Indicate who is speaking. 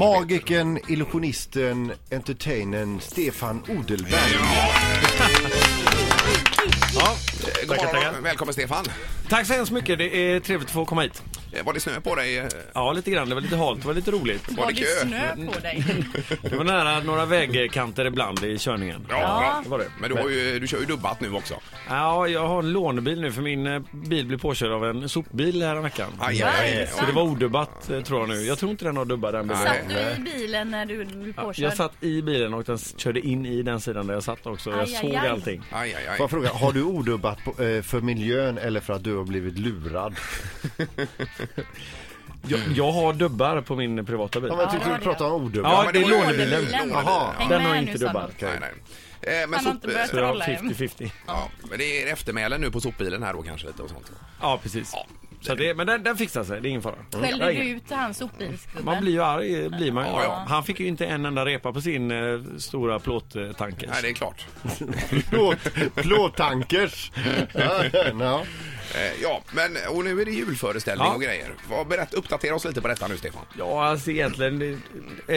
Speaker 1: Magiken, illusionisten, entertainern Stefan Odelberg.
Speaker 2: Eh, God
Speaker 3: Tackar,
Speaker 2: morgon.
Speaker 3: tackar.
Speaker 2: Välkommen Stefan.
Speaker 3: Tack så hemskt mycket, det är trevligt att få komma hit.
Speaker 2: Eh, Var det snö på dig? Eh,
Speaker 3: Ja, lite grann, det var lite halt, det var lite roligt.
Speaker 2: Var
Speaker 4: Var
Speaker 2: det
Speaker 4: det
Speaker 2: kö? Mm.
Speaker 4: snö på dig?
Speaker 3: Det var nära några vägkanter ibland i körningen.
Speaker 2: Ja.
Speaker 3: Det var det.
Speaker 2: Men du, har ju, du kör ju dubbat nu också.
Speaker 3: Ja, jag har en lånebil nu för min eh, bil blev påkörd av en sopbil här veckan.
Speaker 2: Aj, aj, aj.
Speaker 3: Så det var odubbat eh, tror jag nu. Jag tror inte den har dubbat den bilen.
Speaker 4: Satt du i bilen när du blev
Speaker 3: Ja,
Speaker 4: påkörd?
Speaker 3: Jag satt i bilen och den s- körde in i den sidan där jag satt också. Jag
Speaker 4: Aj, aj,
Speaker 3: såg
Speaker 4: aj.
Speaker 3: allting.
Speaker 2: Aj, aj,
Speaker 1: Får
Speaker 2: aj.
Speaker 1: jag fråga, har du odubbat på, eh, för miljön eller för att du har blivit lurad?
Speaker 3: Jag, Mm. jag har dubbar på min privata bil.
Speaker 1: Ja, men jag
Speaker 4: Ja,
Speaker 1: tyckte
Speaker 4: det var
Speaker 1: du
Speaker 4: det.
Speaker 1: pratade om odubbat.
Speaker 3: Ja,
Speaker 2: men
Speaker 3: det är
Speaker 2: var ju-
Speaker 3: lånebilen.
Speaker 2: lånebilen.
Speaker 1: Jaha.
Speaker 2: Ja.
Speaker 4: Häng
Speaker 3: Den
Speaker 4: med
Speaker 3: har
Speaker 4: nu,
Speaker 3: inte
Speaker 4: Sandor.
Speaker 3: dubbar.
Speaker 2: Nej, nej. Eh, Men,
Speaker 4: Han har
Speaker 2: sop,
Speaker 4: inte börjat
Speaker 3: Så jag har
Speaker 4: Trolla, ja.
Speaker 3: 50-50.
Speaker 2: ja, men det är eftermälen nu på sopbilen här då kanske lite och sånt.
Speaker 3: Ja, precis. Så det, men den, den fixar sig, det är ingen fara.
Speaker 4: Skällde
Speaker 3: Jag har
Speaker 4: du
Speaker 3: ingen-
Speaker 4: ut hans sopbilsgubbe?
Speaker 3: Man blir ju arg, blir man ju.
Speaker 2: Ja, ja.
Speaker 3: Han fick ju inte en enda repa på sin eh, stora plåttanke.
Speaker 2: Nej, det är klart.
Speaker 1: Plåt, plåttankers. Ja, ja.
Speaker 2: Eh, Ja, men och nu är det julföreställning
Speaker 3: Ja.
Speaker 2: och grejer. Vad- Berätta, uppdatera oss lite på detta nu Stefan.
Speaker 3: Ja, alltså egentligen... det-